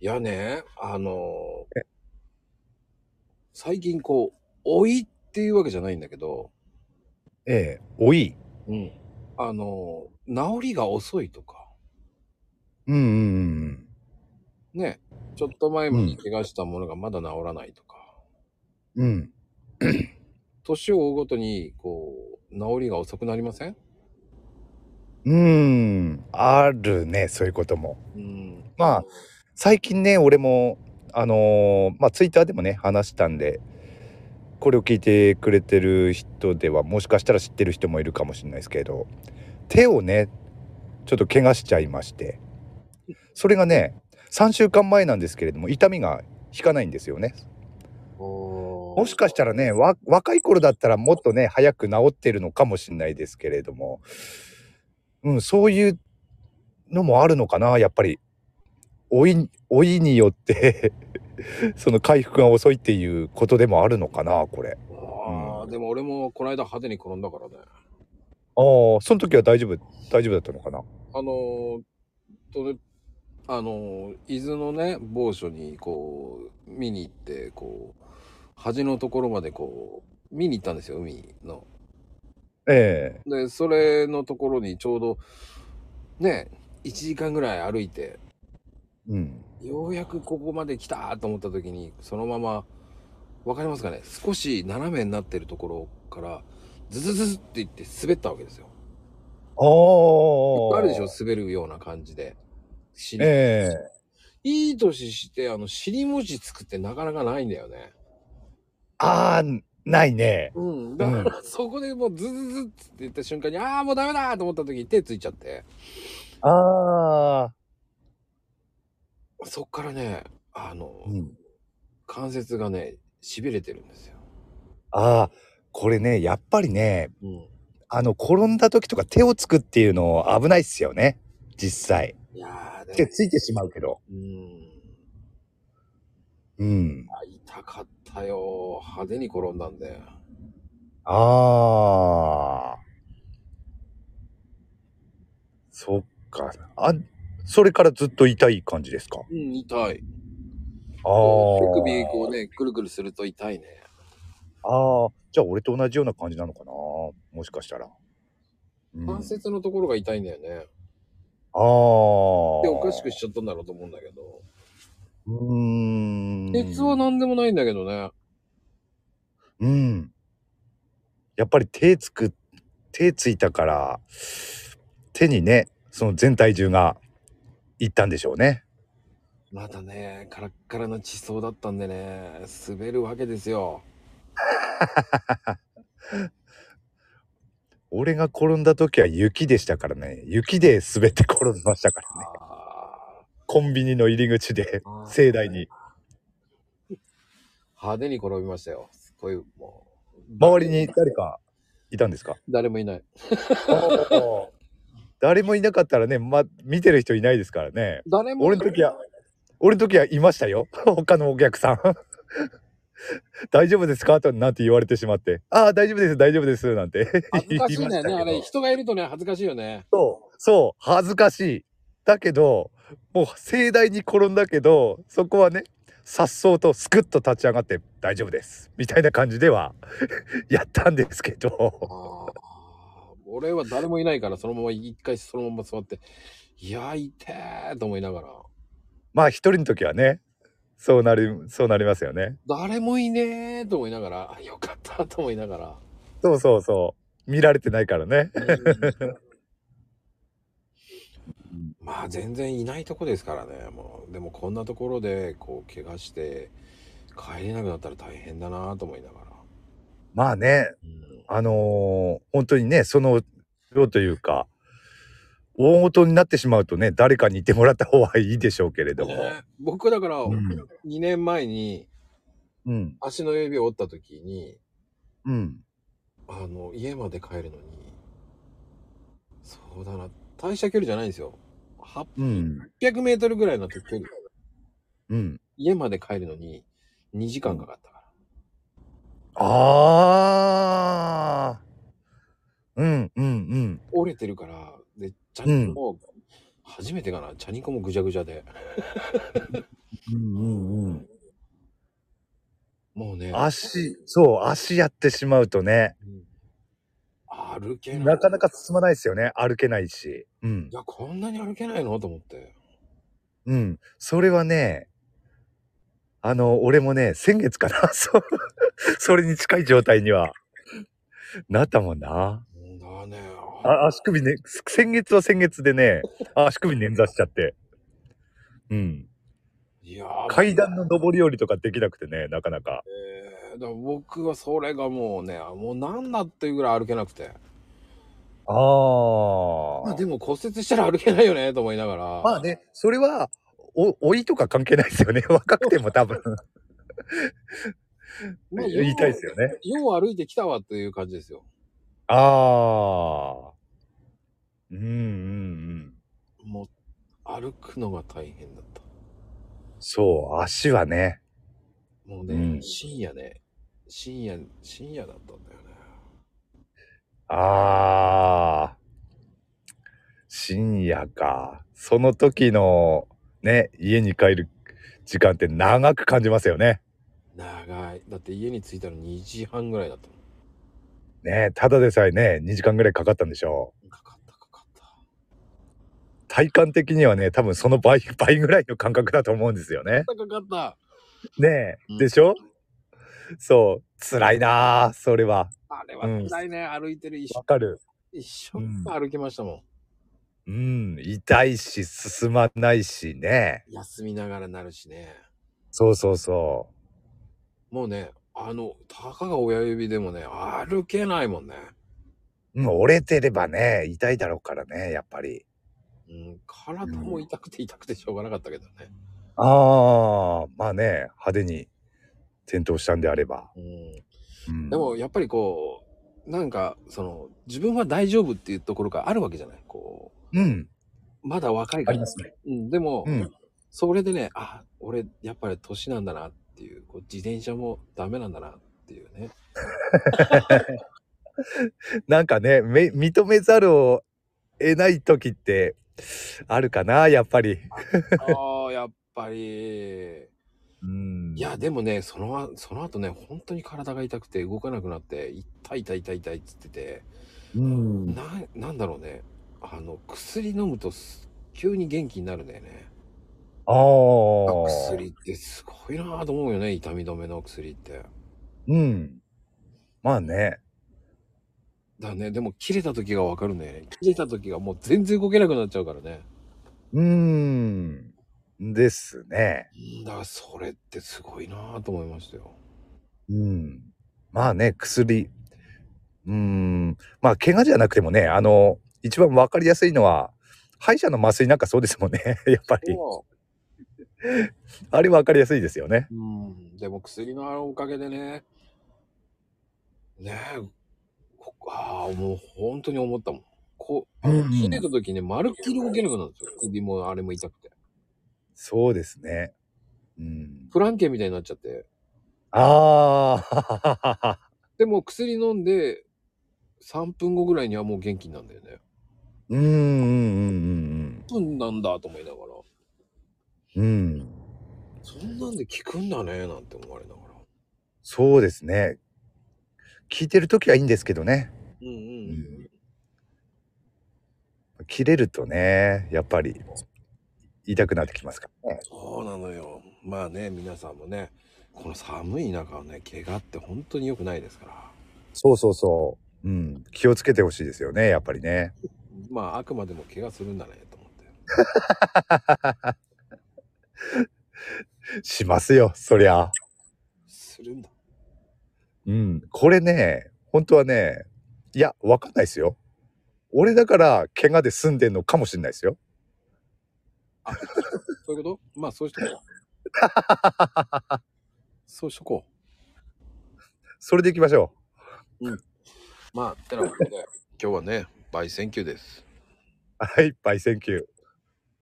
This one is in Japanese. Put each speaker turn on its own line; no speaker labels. いやね、あのー最近こう、老いっていうわけじゃないんだけど、
ええ、老い。
うん。あのー治りが遅いとか、
うんうんうん
ね、ちょっと前まで怪我したものがまだ治らないとか、
うん。うん。
年を追うごとに、こう、治りが遅くなりません
うーん。あるね、そういうことも。
うん。
まあ、最近ね、俺も、あのーまあ、ツイッターでもね、話したんで、これを聞いてくれてる人では、もしかしたら知ってる人もいるかもしれないですけど、手をね、ちょっと怪我しちゃいまして、それがね、3週間前なんですけれども、痛みが引かないんですよね。も
も
しかしたらねわ若い頃だったらもっとね早く治ってるのかもしれないですけれども、うん、そういうのもあるのかなやっぱり老い老いによって その回復が遅いっていうことでもあるのかなこれ
ああ、でも俺もこの間派手に転んだからね。
ああその時は大丈夫大丈夫だったのかな
あのーとね、あのー伊豆のね、某所にこう、見に行って、こう、端のところまでこう、見に行ったんですよ、海の。
ええ
で、それのところにちょうど、ね、1時間ぐらい歩いて、
うん
ようやくここまで来たと思った時に、そのまま、わかりますかね、少し斜めになってるところから、ズズズズっていって滑ったわけですよ。
ああ
あるでしょ、滑るような感じで。尻
ええ
いい年して、あの、尻餅つくってなかなかないんだよね。
ああないね
うん。だから、そこでもうズズズって言った瞬間に、ああ、もうダメだと思った時に手ついちゃって。
ああ
そっからね、あの、
うん
関節がね、痺れてるんですよ。
ああこれねやっぱりね
うん。
あの転んだ時とか手をつくっていうの危ないっすよね実際
いやー、で
手
も、
ついてしまうけど
うん。
うん
あ痛かったよ。派手に転んだんで。
あーそっかあそれからずっと痛い感じですか
うん、痛い。
あ
手
ー
首、こうね、くるくるすると痛いね。
あーじゃあ俺と同じような感じなのかなもしかしたら、うん、あ
関節のところが痛いんだよね。
あー
で、おかしくしちゃったんだろうと思うんだけど。
うーん
鉄は何でもないんだけどね。
うん。やっぱり手つく、手ついたから、手にね、その全体重がいったんでしょうね。
まだね、カラッカラな地層だったんでね、滑るわけですよ。
俺が転んだ時は雪でしたからね。雪で滑って転びましたからね。
あ
コンビニの入り口で
あ、ー
盛大に。
派手に転びましたよ。すごい、もう。
周りに誰かいたんですか
誰もいない。
誰もいなかったらね、ま、見てる人いないですからね。
誰もい
俺
な
の
い
時は、俺の時はいましたよ。 他のお客さん。 大丈夫ですかとなんて言われてしまって、ああ、大丈夫です、大丈夫です、なんて
恥ず
言い
か
ま
し
し
いんだ
た
よ
け
ね。あれ、
ど。
人がいるとね、恥ずかしいよね。
そう、そう、恥ずかしい。だけど、もう盛大に転んだけど、そこはね、さっそうとスクッと立ち上がって、大丈夫です。みたいな感じでは やったんですけど、
あ あ俺は誰もいないから、そのまま一回そのまま座って、いや、痛えと思いながら、
まあ一人の時はね、そうなり、そうなりますよね。
誰もいねえと思いながら、よかったと思いながら。
そうそうそう。見られてないからね。
まあ全然いないとこですからねもうでもこんなところでこう怪我して帰れなくなったら大変だなと思いながら、
まあね、
うん
あのー本当にねその量というか大元になってしまうとね誰かにいてもらった方がいいでしょうけれども、
ね僕だから
うん
2年前に
うん
足の指を折った時に
うん
あの家まで帰るのにそうだな大した距離じゃないんですよ
うん
800メートルぐらいの距離
うん
家まで帰るのに2時間かかったから、
あーうんうんうん
折れてるからでチャリンコも、初めてかなチャリンコもぐじゃぐじゃで
うんうんうん。
もうね、
足、そう、足やってしまうとね、
うん歩けない。
なかなか進まないですよね。歩けないし。うん
い。や、こんなに歩けないのと思って。
うん。それはね、あの、俺もね、先月かな。 そう。それに近い状態には、なったもんな。
うんだね。
あ足首ね、先月は先月でね、あ足首捻挫しちゃって。うん。
いやー
階段の上り下りとかできなくてね、なかなか。
えーだから僕はそれがもうね、あもうなんだっていうぐらい歩けなくて。
あ
まあ
あ。
でも骨折したら歩けないよねと思いながら。
まあね、それは、お、老いとか関係ないですよね。 若くても多分、
まあ
言いたいですよね。
ようよう歩いてきたわっていう感じですよ。
ああ。うんうんうん。
もう、歩くのが大変だった。
そう、足はね。
もうね、
うん
深夜ね、深夜、深夜だったんだよね。
ああ。深夜か。その時の、ね、家に帰る時間って長く感じますよね。
長い。だって家に着いたの2時半ぐらいだったの。
ねただでさえね、2時間ぐらいかかったんでしょう。
かかったかかった。
体感的にはね、多分その倍、 倍ぐらいの感覚だと思うんですよね。
かかった。
ね
うん
でしょそう、辛いなあそれは。
あれは辛いね、歩いてる一
わかる。
一生懸命歩きましたもん。
うん、痛いし、進まないしね。
休みながらなるしね。
そうそうそ
もうね、あの、たかが親指でもね、歩けないもんね。
う。うん、折れてればね、痛いだろうからね、やっぱり。
うん、体も痛くて痛くてしょうがなかったけどね。
ああ、まあね、派手に転倒したんであれば。
うん、
うん、
でも、やっぱりこう、なんか、その、自分は大丈夫っていうところがあるわけじゃない。こ
うん、
う、まだ若い
あ
か
り
ら。
ますね。
うん、でも、
うん
それでね、あ、俺、やっぱり年なんだなっていう、こう自転車もダメなんだなっていう ね。
なんかね、め認めざるを得ない時って、あるかな、やっぱり。
ああ、やっぱり、
うん
いや、でもね、そのあ、その後ね、本当に体が痛くて動かなくなって、痛い痛い痛い痛いっつってて、
うん。
な、なんだろうね。あの、薬飲むとす急に元気になるんだよね。
あ
あ
あ。
薬ってすごいなぁと思うよね、痛み止めの薬って。だ
うん。まあね。
ね、でも切れた時がわかるんだよね。切れた時がもう全然動けなくなっちゃうからね。
うーん。ですね。
うんだからそれってすごいなぁと思いましたよ。
うん。まあね、薬。うーん。まあ、怪我じゃなくてもね、あの、一番わかりやすいのは、歯医者の麻酔なんかそうですもんね。 やっぱり。あれわかりやすいですよね。
うん、でも薬のおかげでね、ねえ、こああ、もう本当に思ったもん。こう、あ
うんう
の、
ん
切れた時ね、まるっきり動けなくなるんですよ。首もあれも痛くて。
そうですね。うん。
フランケンみたいになっちゃって。
ああ。
でも薬飲んで、3分後ぐらいにはもう元気になるんだよね。
うんうんうん
1分なんだと思いながら、
うんうん。うん。
そんなんで効くんだね、なんて思われながら。
そうですね。聞いてるときはいいんですけどね。
うんうんうん。
うん切れるとねやっぱり痛くなってきますからね
そうなのよ。まあね、皆さんもね、この寒い中はね、怪我って本当に良くないですから。
そうそうそう、うん、気をつけてほしいですよねやっぱりね
まああくまでも怪我するんだねと思って。
しますよそりゃ
するんだ。
うんこれね本当はねいやわかんないですよ俺だから怪我で済んでんのかもしれないですよ
あ、そういうことまあそうしとこう。そうしとこ
それでいきましょ
う。まあ、てなことで、今日はね、バイセンキューです。
うはいバイセンキュー